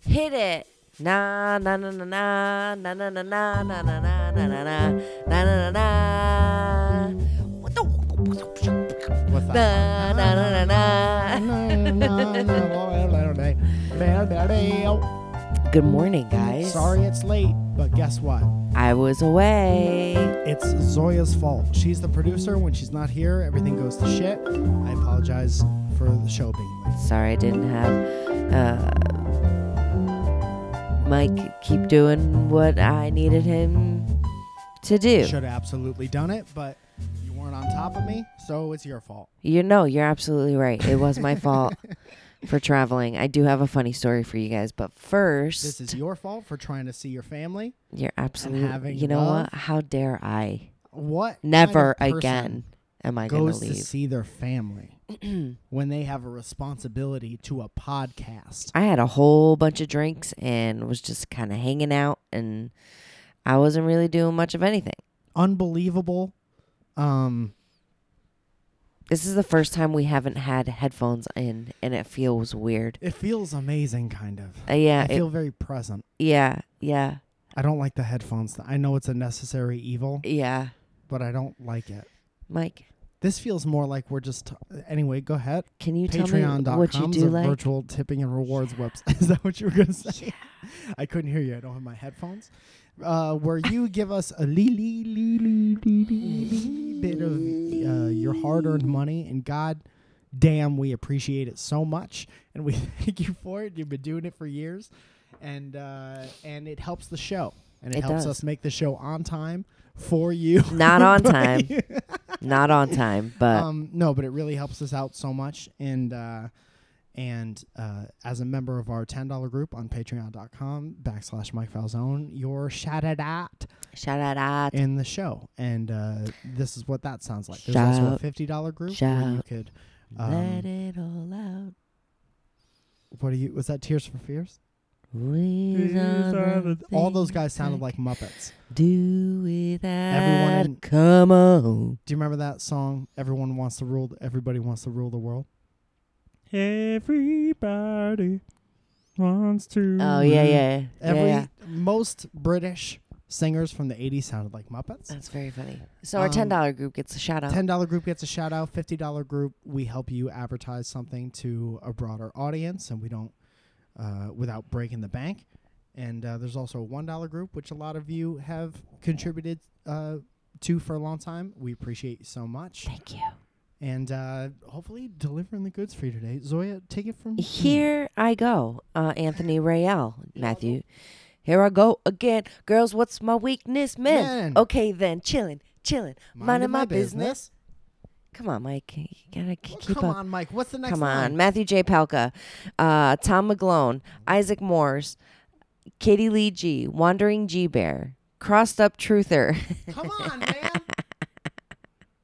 hit it. Na na na na na na na na na na na na na na na na na na. What the? What's Na na na na na. that? Good morning, guys. Sorry it's late, but guess what? I was away. It's Zoya's fault. She's the producer. When she's not here, everything goes to shit. I apologize for the show being late. Sorry I didn't have. Uh, Mike, keep doing what I needed him to do. Should have absolutely done it, but you weren't on top of me, so it's your fault. You know, you're absolutely right. It was my fault for traveling. I do have a funny story for you guys, but first, This is your fault for trying to see your family. you're absolutely. having You know love. what? How dare I? What? kind of Never person again am I going to Goes to leave. see their family when they have a responsibility to a podcast. I had a whole bunch of drinks and was just kind of hanging out, and I wasn't really doing much of anything. Unbelievable. Um, This is the first time we haven't had headphones in, and it feels weird. it feels amazing, kind of. Uh, yeah, I it- feel very present. yeah, yeah, I don't like the headphones. I know it's a necessary evil, yeah. but I don't like it. Mike, This feels more like we're just. anyway, go ahead. can you tell me what you Patreon.com is do a like? virtual tipping and rewards website. Is that what you were going to say? I couldn't hear you. I don't have my headphones. Uh, where you give us a lee, lee, lee, lee, lee, lee, lee bit of uh, your hard earned money. And God damn, we appreciate it so much. And we thank you for it. You've been doing it for years. And, uh, and it helps the show. And it, It helps does. us make the show on time for you. Not on By time. you. Not on time, but um, no, but it really helps us out so much. And uh, and uh, as a member of our ten dollar group on Patreon.com backslash Mike Falzone, you're shouted at shout out, out. in the show. And uh, this is what that sounds like. There's also a Shout. fifty dollar group where you Shout. could. let Um, it all out. what are you? Was that Tears for Fears? Wheels on a All those thing guys sounded I like Muppets. Do without. in- come on. Do you remember that song? Everyone wants to rule. Everybody wants to rule the world. Everybody wants to. Oh yeah, yeah, yeah. Every yeah. most British singers from the '80s sounded like Muppets. That's very funny. So our Um, ten dollar group gets a shout out. Ten dollar group gets a shout out. Fifty dollar group, we help you advertise something to a broader audience, and we don't uh, without breaking the bank. And uh, there's also a one dollar group, which a lot of you have contributed uh, to for a long time. We appreciate you so much, Thank you. and uh, hopefully delivering the goods for you today. Zoya, take it from Here I go, uh, Anthony Rayel, Matthew. Here I go again, girls. What's my weakness, men? Men. Okay then, chillin', chillin', minding Minding my my business. business. Come on, Mike. You gotta k- Well, keep come up. on, Mike. What's the next? Come line? on, Matthew J. Palka, uh, Tom McGlone, Isaac Morse, Katie Lee G, Wandering G Bear, Crossed Up Truther, Come on,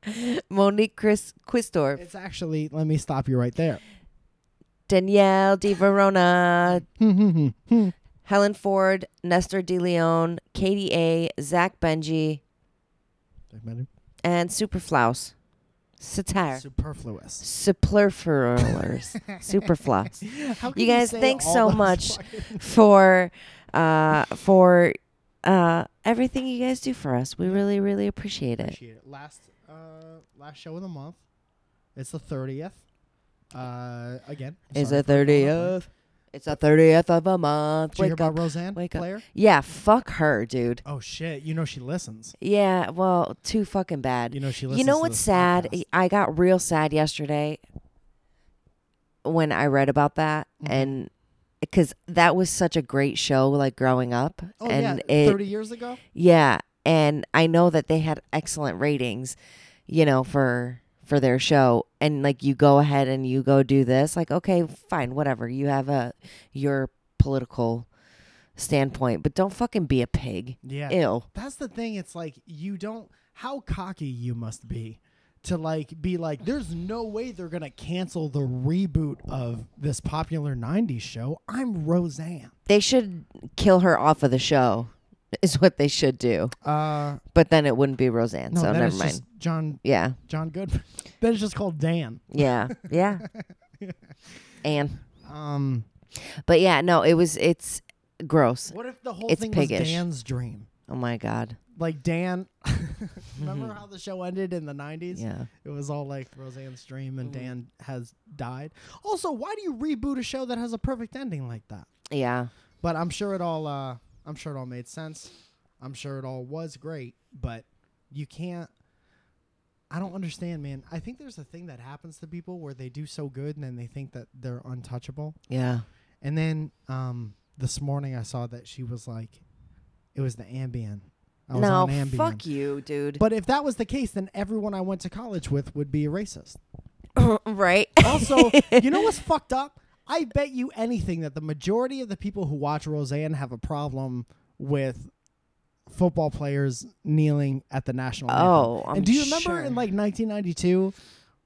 man. Monique Chris Quistorf, It's actually, let me stop you right there. Danielle Di Verona, That's Helen Ford, Nestor De Leon, Katie A, Zach Benji, and Superflaus. Satire. superfluous. Superflurfurlers. Superflaus. How can You guys, say thanks all so those much fucking- for uh for uh everything you guys do for us. We really, really appreciate it. Appreciate it. Last, uh, last show of the month. It's the thirtieth. Uh, again, I'm It's sorry the for going on. thirtieth. It's the thirtieth of a month. Did you hear Wake about up. Roseanne Wake up. Blair? Yeah, fuck her, dude. Oh shit! You know she listens. Yeah, well, too fucking bad. You know she listens. You know to what's this sad? podcast. I got real sad yesterday when I read about that, Mhm. and because that was such a great show, like growing up, Oh and yeah, it, thirty years ago. yeah, and I know that they had excellent ratings, you know, for for their show, and like you go ahead and you go do this, like okay, fine, whatever, you have a your political standpoint, but don't fucking be a pig. Yeah. Ew. That's the thing. It's like you don't. How cocky you must be to like be like. There's no way they're gonna cancel the reboot of this popular '90s show. I'm Roseanne. They should kill her off of the show. Is what they should do. Uh, But then it wouldn't be Roseanne, no, so that never is mind. just John yeah, John Goodman. that is just called Dan. yeah, yeah. and Um, but yeah, no, it was it's gross. What if the whole It's thing was piggish. Dan's dream? Oh my god. Like Dan, remember how the show ended in the '90s? Yeah. It was all like Roseanne's dream, and Dan has died. Also, why do you reboot a show that has a perfect ending like that? Yeah. But I'm sure it all. Uh, I'm sure it all made sense. I'm sure it all was great. But you can't. I don't understand, man. I think there's a thing that happens to people where they do so good and then they think that they're untouchable. Yeah. And then um, this morning I saw that she was like, it was the Ambien. I was no, on Ambien. fuck you, dude. But if that was the case, then everyone I went to college with would be a racist. right. Also, you know what's fucked up? I bet you anything that the majority of the people who watch Roseanne have a problem with football players kneeling at the national anthem. Oh, I'm and do you remember sure. in like 1992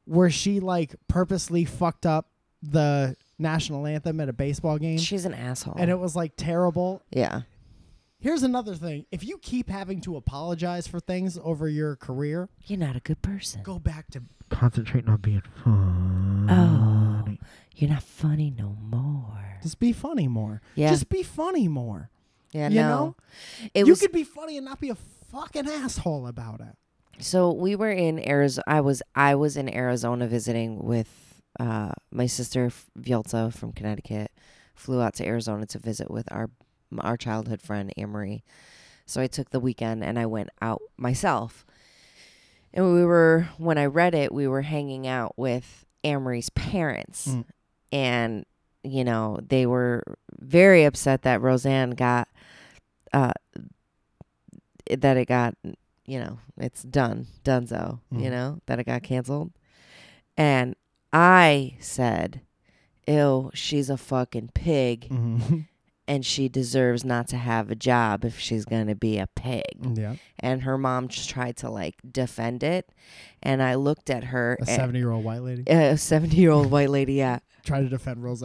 where she like purposely fucked up the national anthem at a baseball game She's an asshole. and it was like terrible? yeah. Here's another thing. If you keep having to apologize for things over your career, You're not a good person. go back to Concentrating on being fun. Oh, you're not funny no more. just be funny more. Yeah. Just be funny more. Yeah, You no. know? It you was could be funny and not be a fucking asshole about it. so we were in Arizona. I was I was in Arizona visiting with uh, my sister F- Vylta from Connecticut. Flew out to Arizona to visit with our our childhood friend Amory. So I took the weekend and I went out myself. And we were when I read it, we were hanging out with Amory's parents, Mm. and you know they were very upset that Roseanne got uh, that it got you know, it's done, donezo, Mhm. you know, that it got canceled. And I said, ew, she's a fucking pig and she deserves not to have a job if she's going to be a pig. Yeah. And her mom just tried to like defend it. And I looked at her, A a- 70 year old white lady. a 70 year old white lady, yeah, Try to defend Rose.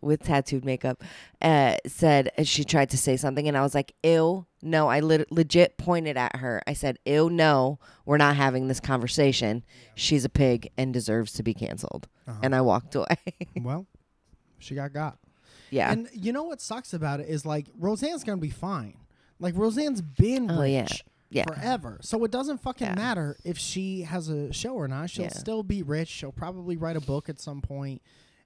with tattooed makeup, uh, said she tried to say something, and I was like, "Ew, no!" I lit legit pointed at her. I said, "Ew, no! We're not having this conversation. She's a pig and deserves to be canceled." And I walked away. Uh-huh. well, she got got. yeah. And you know what sucks about it is like Roseanne's going to be fine. Like Roseanne's been Oh, rich yeah. Yeah. forever. So it doesn't fucking Yeah. matter if she has a show or not. She'll Yeah. still be rich. She'll probably write a book at some point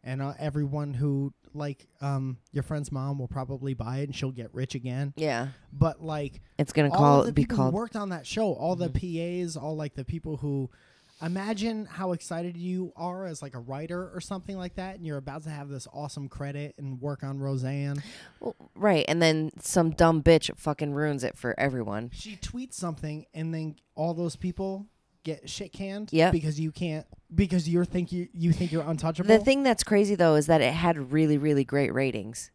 and uh, everyone who like um your friend's mom will probably buy it and she'll get rich again. yeah. But like It's gonna all call of the be people called. Mm-hmm. who worked on that show, all the PAs, all like the people who imagine how excited you are as like a writer or something like that and you're about to have this awesome credit and work on Roseanne. Well, right, and then some dumb bitch fucking ruins it for everyone. She tweets something and then all those people get shit canned Yep. because you can't because you think you you think you're untouchable. The thing that's crazy though is that it had really, really great ratings.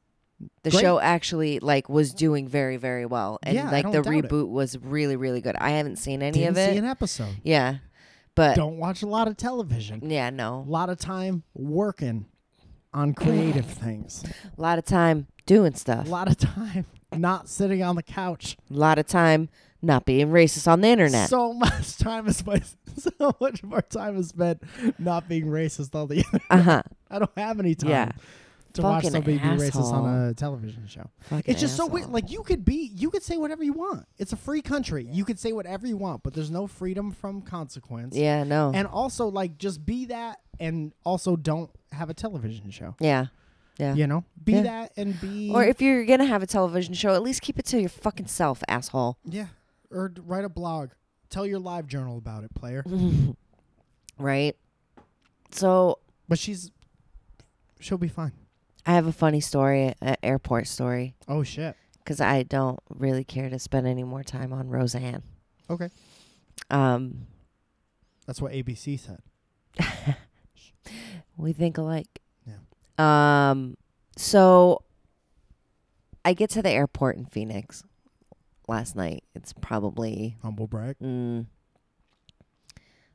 The Great. show actually like was doing very, very well, and Yeah, I like don't the doubt it. reboot was really, really good. I haven't seen any Didn't of it. Uh, see an episode. Yeah, but Don't watch a lot of television. yeah, A no, lot of time working on creative things. a lot of time doing A stuff. lot of time not sitting on the couch A lot of time not being racist on the internet. So much time is my, so much of our time is spent not being racist on the internet. uh huh. I don't have any time Yeah. to watch Fucking somebody be racist on asshole. a television show. It's just so weird. Like you could be, you could say whatever you want. It's a free country. You could say whatever you want, but there's no freedom from consequence. yeah, no, And also, like, just be that, and also don't have a television show. yeah, yeah. You know, be Yeah. that and be Or if you're gonna have a television show, at least keep it to your fucking self, asshole. yeah, or d- write a blog. Tell your live journal about it, player. right? So But she's, she'll be fine. I have a funny story, an airport story. Oh shit. because I don't really care to spend any more time on Roseanne. Okay. Um, That's what ABC said. we think alike. Yeah. Um, so I get to the airport in Phoenix last night. It's probably Humble brag. Mm.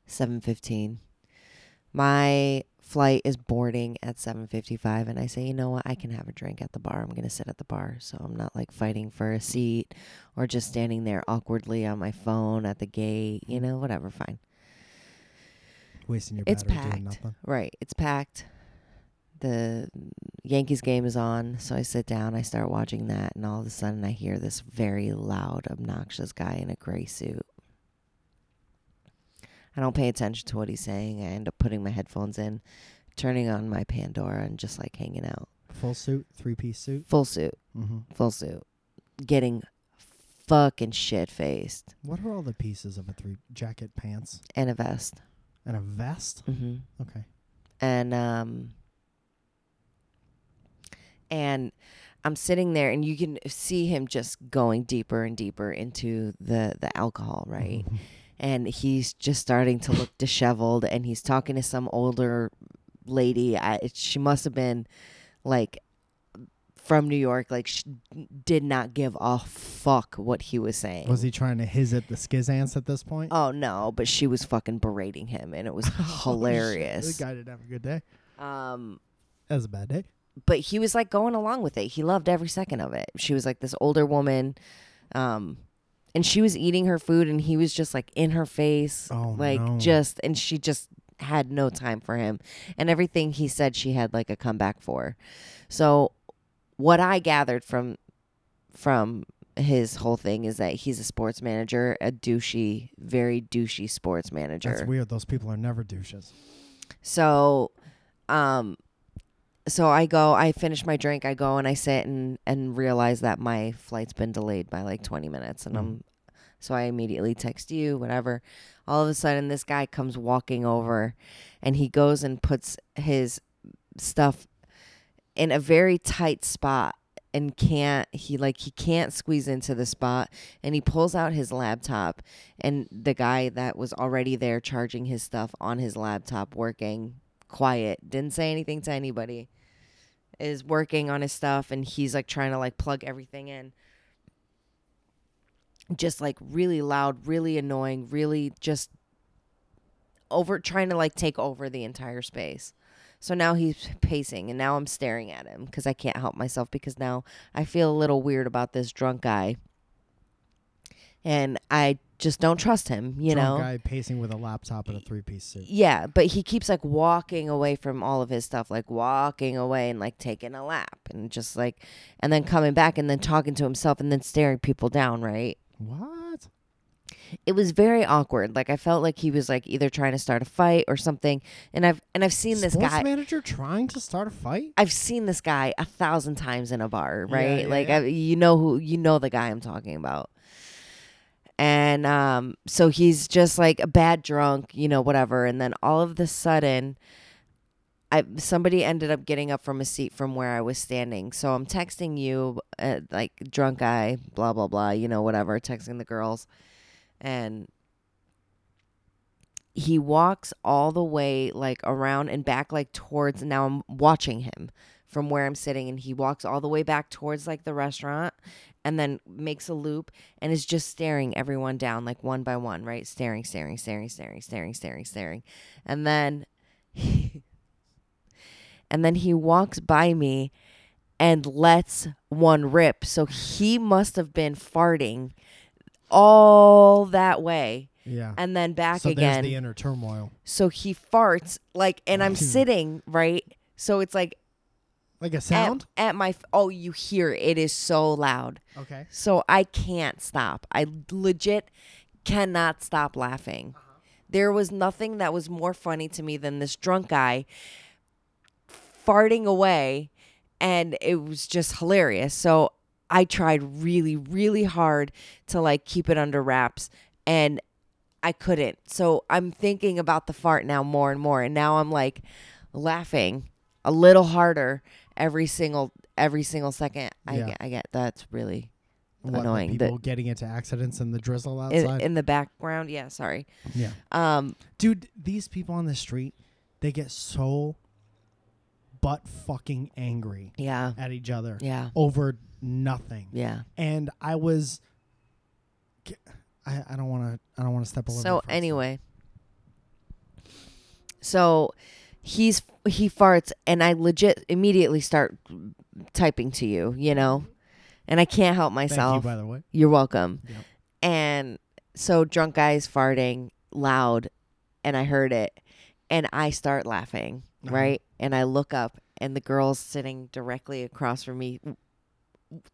Seven fifteen. My flight is boarding at seven fifty five, and I say, you know what? I can have a drink at the bar. I'm gonna sit at the bar, so I'm not like fighting for a seat or just standing there awkwardly on my phone at the gate. You know, whatever. Fine. Wasting your It's battery doing packed. nothing. Right. It's packed. the Yankees game is on, so I sit down, I start watching that, and all of a sudden I hear this very loud, obnoxious guy in a gray suit. I don't pay attention to what he's saying. I end up putting my headphones in, turning on my Pandora, and just like hanging out. Full suit, three piece suit. Full suit, Mm-hmm. full suit. Getting fucking shit faced What are all the pieces of a three jacket, pants, and a vest. and a vest? Mm-hmm. Okay. and um and I'm sitting there and you can see him just going deeper and deeper into the the alcohol, Mm-hmm. right? And he's just starting to look disheveled and he's talking to some older lady. I, it- she must have been like from New York, like she did not give a fuck what he was saying. Was he trying to his it the skiz ants at this point? oh no, but she was fucking berating him and it was This hilarious. guy didn't have a good day. um That was a bad day. but he was like going along with it. He loved every second of it. She was like this older woman, um, and she was eating her food, and he was just like in her face, Oh, like no. just, and she just had no time for him. And everything he said, she had like a comeback for. So, what I gathered from from his whole thing is that he's a sports manager, a douchey, very douchey sports manager. That's weird. Those people are never douches. So, um, so I go, I finish my drink, I go and I sit and and realize that my flight's been delayed by like 20 minutes, and I'm, so I immediately text you, whatever. All of a sudden, this guy comes walking over, and he goes and puts his stuff in a very tight spot and can't he like he can't squeeze into the spot and he pulls out his laptop and the guy that was already there charging his stuff on his laptop working quiet didn't say anything to anybody is working on his stuff and he's like trying to like plug everything in just like really loud really annoying really just over trying to like take over the entire space so now he's pacing and now i'm staring at him because i can't help myself because now i feel a little weird about this drunk guy and i just don't trust him you Drunk know guy pacing with a laptop and a three piece suit. yeah, but he keeps like walking away from all of his stuff, like walking away and like taking a lap and just like, and then coming back and then talking to himself and then staring people down, right? What? It was very awkward. Like I felt like he was like either trying to start a fight or something. And I've and I've seen this Sports guy. manager trying to start a fight? I've seen this guy a thousand times in a bar, Yeah, right? yeah, like yeah. I, you know who you know the guy I'm talking about. And um, so he's just like a bad drunk, you know, whatever. And then all of the sudden, I somebody ended up getting up from a seat from where I was standing. So I'm texting you, uh, like drunk guy, blah blah blah, you know, whatever. Texting the girls, and he walks all the way like around and back like towards now I'm watching him from where I'm sitting and he walks all the way back towards like the restaurant and then makes a loop and is just staring everyone down like one by one, right? Staring, staring, staring, staring, staring, staring, staring. And then and then he walks by me and lets one rip. So he must have been farting all that way Yeah. and then back so again. there's the inner turmoil. So he farts like, and I'm sitting right. So it's like Like a sound? at, at my f- oh, you hear it. it is so loud. okay. So I can't stop. I legit cannot stop laughing. Uh-huh. There was nothing that was more funny to me than this drunk guy farting away, and it was just hilarious. So I tried really, really hard to like keep it under wraps, and I couldn't. So I'm thinking about the fart now more and more, and now I'm like laughing a little harder every single every single second. I Yeah. get, I get that's really What, the annoying. People The, getting into accidents in the drizzle in, outside. in the background, yeah. Sorry. yeah. Um, Dude, these people on the street, they get so butt fucking angry yeah, at each other yeah, over nothing. yeah. And I was I, I don't want to I don't want to step all over. So first. anyway, so he's he farts, and I legit immediately start typing to you, you know, and I can't help Thank myself. you by the way. You're welcome. Yep. And so drunk guy is farting loud and I heard it and I start laughing, Uh-huh. right? And I look up and the girls sitting directly across from me.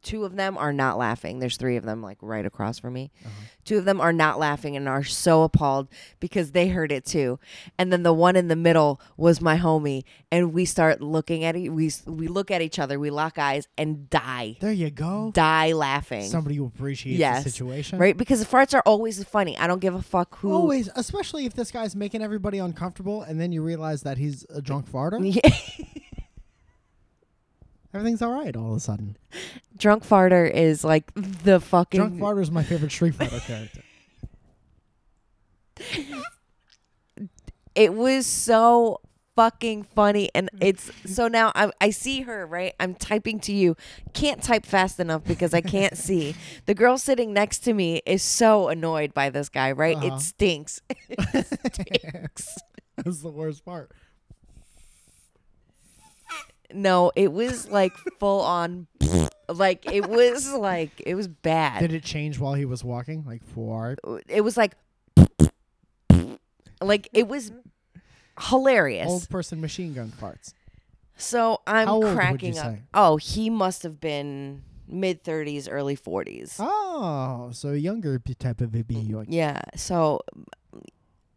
Two of them are not laughing. There's three of them like right across from me. Uh-huh. Two of them are not laughing and are so appalled because they heard it too. And then the one in the middle was my homie, and we start looking at e- we s- we look at each other, we lock eyes and die, There you go. die laughing, Somebody will appreciate Yes. the situation. right? Because farts are always funny. I don't give a fuck who. Mm. Always, especially if this guy's making everybody uncomfortable and then you realize that he's a drunk farter, Yeah. everything's all right all of a sudden. Drunk farter is like the fucking Drunk farter is my favorite Street Fighter character. it was so fucking funny and Mm. it's so now I, I see her right i'm typing to you can't type fast enough because i can't see the girl sitting next to me is so annoyed by this guy right Uh-huh. it stinks That's the worst part. no it was like full on like it was like it was bad Did it change while he was walking? Like for it was like like it was hilarious old person machine gun farts. So I'm How old would you cracking up. say? Oh, he must have been mid 30s, early 40s. Oh, so younger p- type of baby. Like, Mm, Yeah. So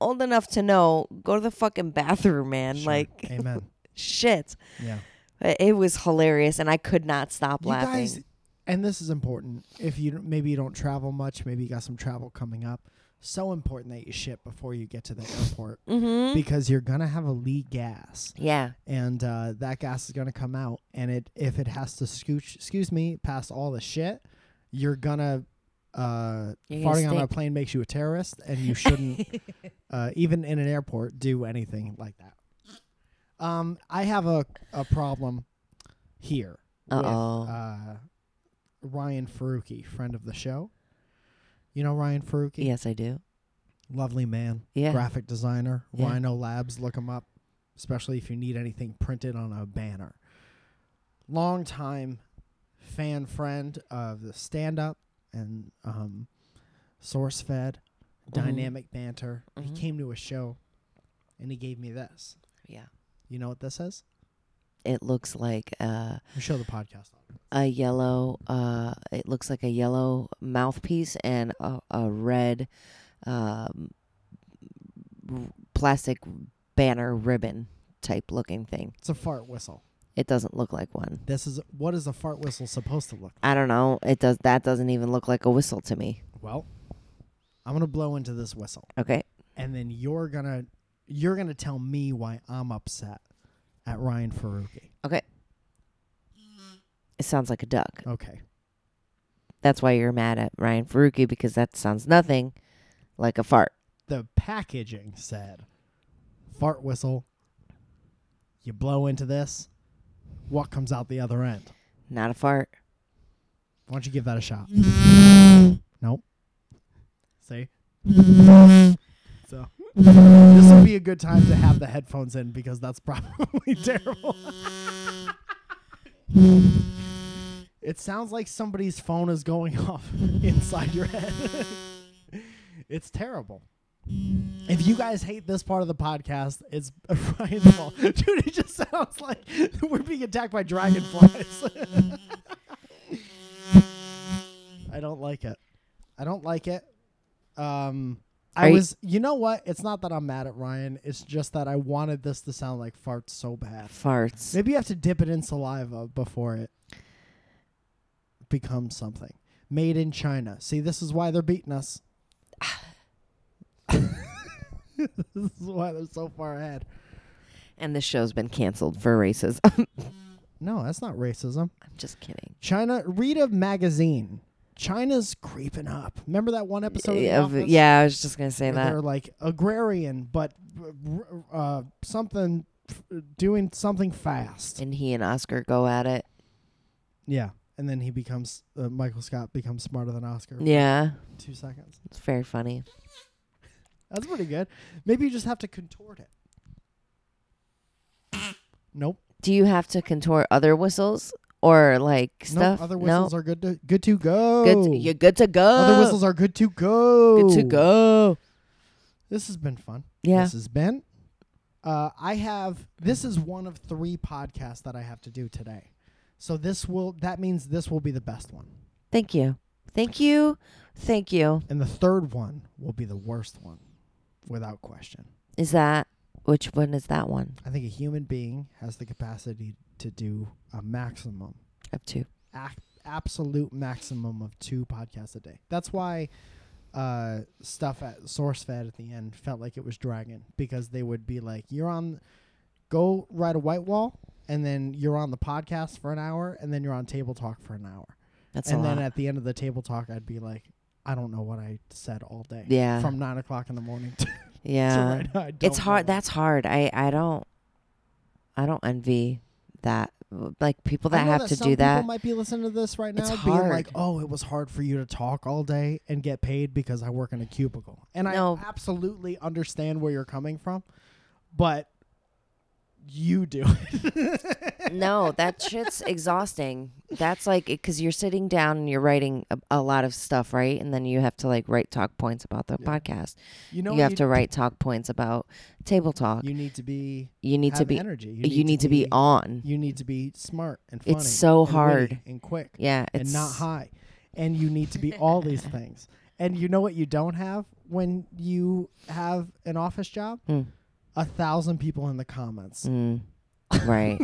old enough to know, go to the fucking bathroom, man. sure. Like amen. shit. Yeah. But It was hilarious, and I could not stop You laughing. guys, and this is important. If you don't- maybe you don't travel much, maybe you got some travel coming up. So important that you ship before you get to the airport mm-hmm. because you're gonna have a leak gas, yeah. and uh, that gas is gonna come out. And it if it has to scooch, excuse me, past all the shit, you're gonna. Uh, You're gonna farting on a stink. plane makes you a terrorist, and you shouldn't, uh, even in an airport, do anything like that. Um, I have a a problem here with Uh-oh. uh, Ryan Faruqi, friend of the show. You know Ryan Faruqi? Yes, I do. Lovely man, Yeah. graphic designer, Yeah. Rhino Labs. Look him up, especially if you need anything printed on a banner. Long time fan friend of the stand up and um, source fed, Mm-hmm. dynamic banter. Mhm. He came to a show and he gave me this. Yeah. You know what this is? It looks like uh, You show the podcast. a yellow. Uh, it looks like a yellow mouthpiece and a, a red um, r- plastic banner ribbon type looking thing. It's a fart whistle. It doesn't look like one. This is what is a fart whistle supposed to look I don't know. It does. That doesn't even look like a whistle to me. Well, I'm gonna blow into this whistle, Okay. and then you're gonna you're gonna tell me why I'm upset at Ryan Faruqi. Okay. It sounds like a duck. Okay, That's why you're mad at Ryan Faruqi because that sounds nothing like a fart. the packaging said fart whistle. You blow into this, what comes out the other end? Not a fart. Why don't you give that a shot? nope. See. So this would be a good time to have the headphones in because that's probably terrible. it sounds like somebody's phone is going off inside your head. it's terrible. If you guys hate this part of the podcast, it's Ryan's fault. Dude, it just sounds like we're being attacked by dragonflies. I don't like it. I don't like it. Um, I Are you- was, you know what? It's not that I'm mad at Ryan. It's just that I wanted this to sound like farts so bad. Farts. Maybe you have to dip it in saliva before it becomes something. Made in China. See, this is why they're beating us. this is why they're so far ahead. And this show's been canceled for racism. No, that's not racism. I'm just kidding. China, read a magazine. China's creeping up. Remember that one episode? of The yeah, Office? yeah, I was just gonna say where that. They're like agrarian, but uh, uh, something f- doing something fast. And he and Oscar go at it. Yeah, and then he becomes uh, Michael Scott becomes smarter than Oscar. in Yeah, Two seconds. it's very funny. That's pretty good. Maybe you just have to contort it. Nope. Do you have to contort other whistles or like stuff? Nope. Other whistles are good to good to go. good. To, you're good to go. Other whistles are good to go. good to go. This has been fun. Yeah. This has been Uh, I have this is one of three podcasts that I have to do today, so this will that means this will be the best one, Thank you. Thank you. Thank you. and the third one will be the worst one, without question. Is that which one is that one? I think a human being has the capacity to do a maximum, Up to. ac- absolute maximum of two podcasts a day. That's why uh, stuff at SourceFed at the end felt like it was dragging because they would be like, "You're on, go ride a white wall, and then you're on the podcast for an hour, and then you're on table talk for an hour, That's and a then lot. at the end of the table talk, I'd be like." I don't know what I said all day. Yeah. From nine o'clock in the morning to, to yeah. right now. I don't it's hard. know. That's hard. I I don't I don't envy that like people I that know have to some do that. People might be listening to this right now, It's being like, hard. "Oh, it was hard for you to talk all day and get paid because I work in a cubicle." And No. I absolutely understand where you're coming from, but you do it. no, that shit's exhausting. That's like because you're sitting down and you're writing a, a lot of stuff, right? And then you have to like write talk points about the Yeah. podcast. you know, you what have to write talk points about table talk. You, You need to be. need to have be energy. You you need, to be, on. You need to be smart and funny. It's so and witty hard. and quick yeah, it's and not high, and you need to be all these things. And you know what you don't have when you have an office job? Mm, A thousand people in the comments. mm, right.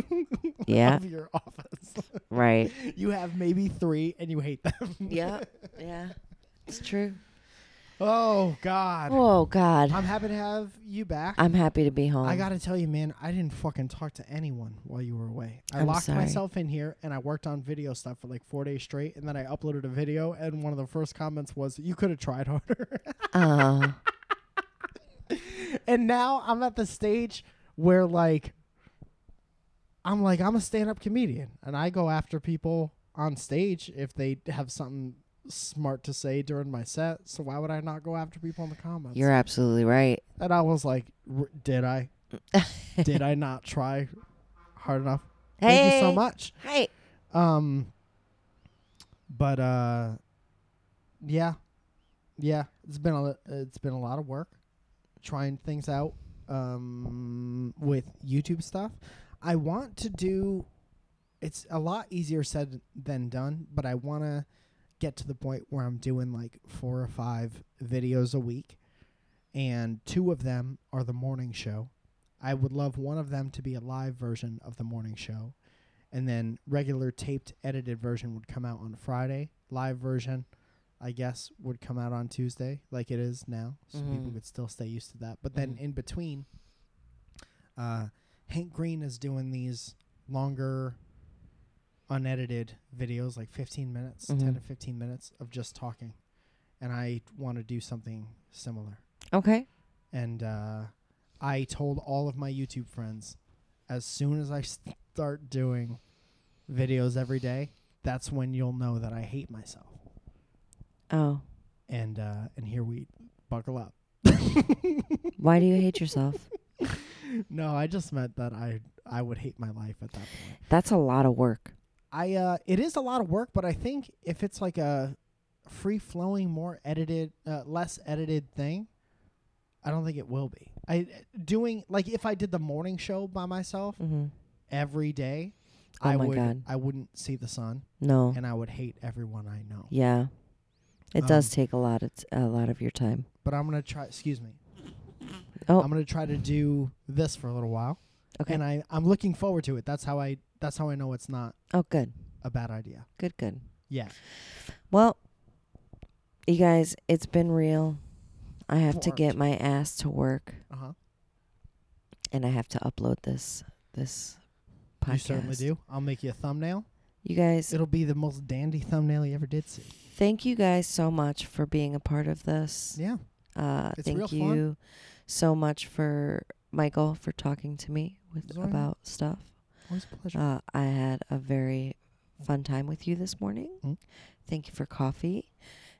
yeah. of your office. Right. you have maybe three and you hate them. Yeah. Yeah. It's true. Oh God. Oh God. I'm happy to have you back. I'm happy to be home. I gotta tell you, man, I didn't fucking talk to anyone while you were away. I I'm locked sorry. myself in here and I worked on video stuff for like four days straight, and then I uploaded a video, and one of the first comments was, "You could have tried harder." Aw. and now I'm at the stage where like I'm like I'm a stand-up comedian and I go after people on stage if they have something smart to say during my set. So why would I not go after people in the comments? you're absolutely right. and I was like, "R- did I? did I not try hard enough? Thank you so Hey. much. Hey. Um but uh yeah. Yeah, it's been a li- it's been a lot of work trying things out um with YouTube stuff. I want to do it's a lot easier said than done, but I want to get to the point where I'm doing like four or five videos a week and two of them are the morning show. I would love one of them to be a live version of the morning show and then regular taped edited version would come out on Friday. Live version, I guess, would come out on Tuesday, like it is now, so people Mhm. could still stay used to that. But then Mhm. in between, uh, Hank Green is doing these longer, unedited videos, like fifteen minutes, ten Mhm. to fifteen minutes of just talking, and I want to do something similar Okay. and uh, I told all of my YouTube friends, as soon as I start doing videos every day, that's when you'll know that I hate myself. Oh. And uh, and here we buckle up. Why do you hate yourself? No, I just meant that I I would hate my life at that point. That's a lot of work. I uh, it is a lot of work, but I think if it's like a free flowing, more edited, uh, less edited thing, I don't think it will be. I doing like if I did the morning show by myself, Mm-hmm. every day, Oh I my would God. I wouldn't see the sun, No. and I would hate everyone I know. Yeah. It does Um, take a lot of t- a lot of your time. But I'm gonna try. Excuse me. Oh. I'm gonna try to do this for a little while, Okay. and I I'm looking forward to it. That's how I that's how I know it's not oh, good. a bad idea. Good. Good. Yeah. Well, you guys, it's been real. I have to Worked. get my ass to work, Uh huh. and I have to upload this this podcast. You certainly do. I'll make you a thumbnail. You guys, It'll be the most dandy thumbnail you ever did see. thank you guys so much for being a part of this. Yeah. Uh, It's real thank fun. you so much for Michael for talking to me with It's all right. about stuff. Always a pleasure. Uh, I had a very fun time with you this morning. Mm. Thank you for coffee,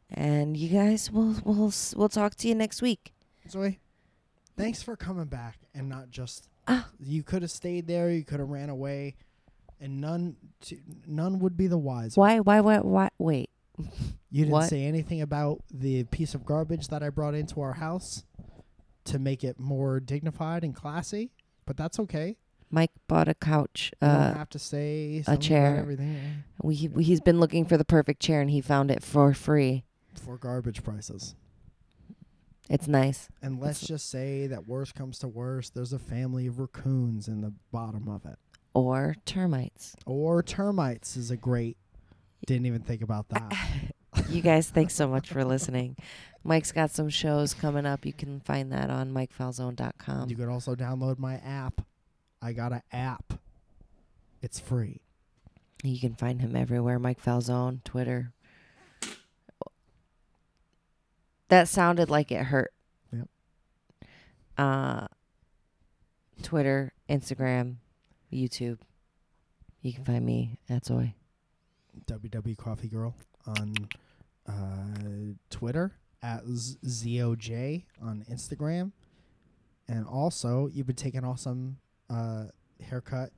and you guys, we'll we'll s- we'll talk to you next week. Zoe, thanks for coming back and not just. Ah. You could have stayed there. You could have ran away, and none to, none would be the wiser. Why why why why wait? You didn't What? say anything about the piece of garbage that I brought into our house to make it more dignified and classy. but that's okay. Mike bought a couch. You Uh, don't have to say something about chair. everything we, he- he's been looking for the perfect chair and he found it for free. for garbage prices. It's nice. And let's just say that worst comes to worst, there's a family of raccoons in the bottom of it. Or termites. Or termites is a great. Didn't even think about that. You guys, thanks so much for listening. Mike's got some shows coming up. You can find that on You mikefalzone.com. could also download my app. I got an app. It's free. You can find him everywhere Mike Falzone, Twitter. That sounded like it hurt. Yep. Uh, Twitter, Instagram, YouTube. You can find me at Zoe. WW E Coffee Girl on uh, Twitter at Z- ZOJ on Instagram. And also, you've been taking awesome uh, haircut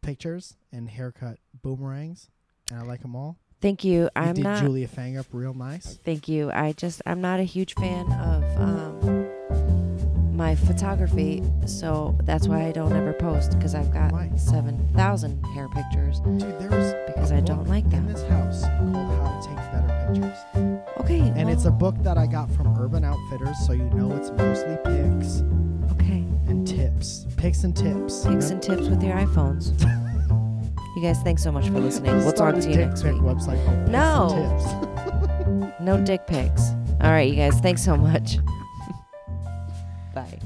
pictures and haircut boomerangs. And I like them all. Thank you. You I'm did not. Julia Fang up real nice. Thank you. I just I'm not a huge fan of um, my photography, so that's why I don't ever post because I've got Why? seven thousand hair pictures Dude, there's because a I don't book like in them. this house called How to Take Better Pictures. Okay, And well, it's a book that I got from Urban Outfitters, so you know it's mostly pics okay. and tips. Pics and tips. Picks and tips with your iPhones. You guys, thanks so much for listening. We'll talk Start a to you dick next pic week. Website called Pics and No. Tips. No dick pics. All right, you guys, thanks so much. Bye.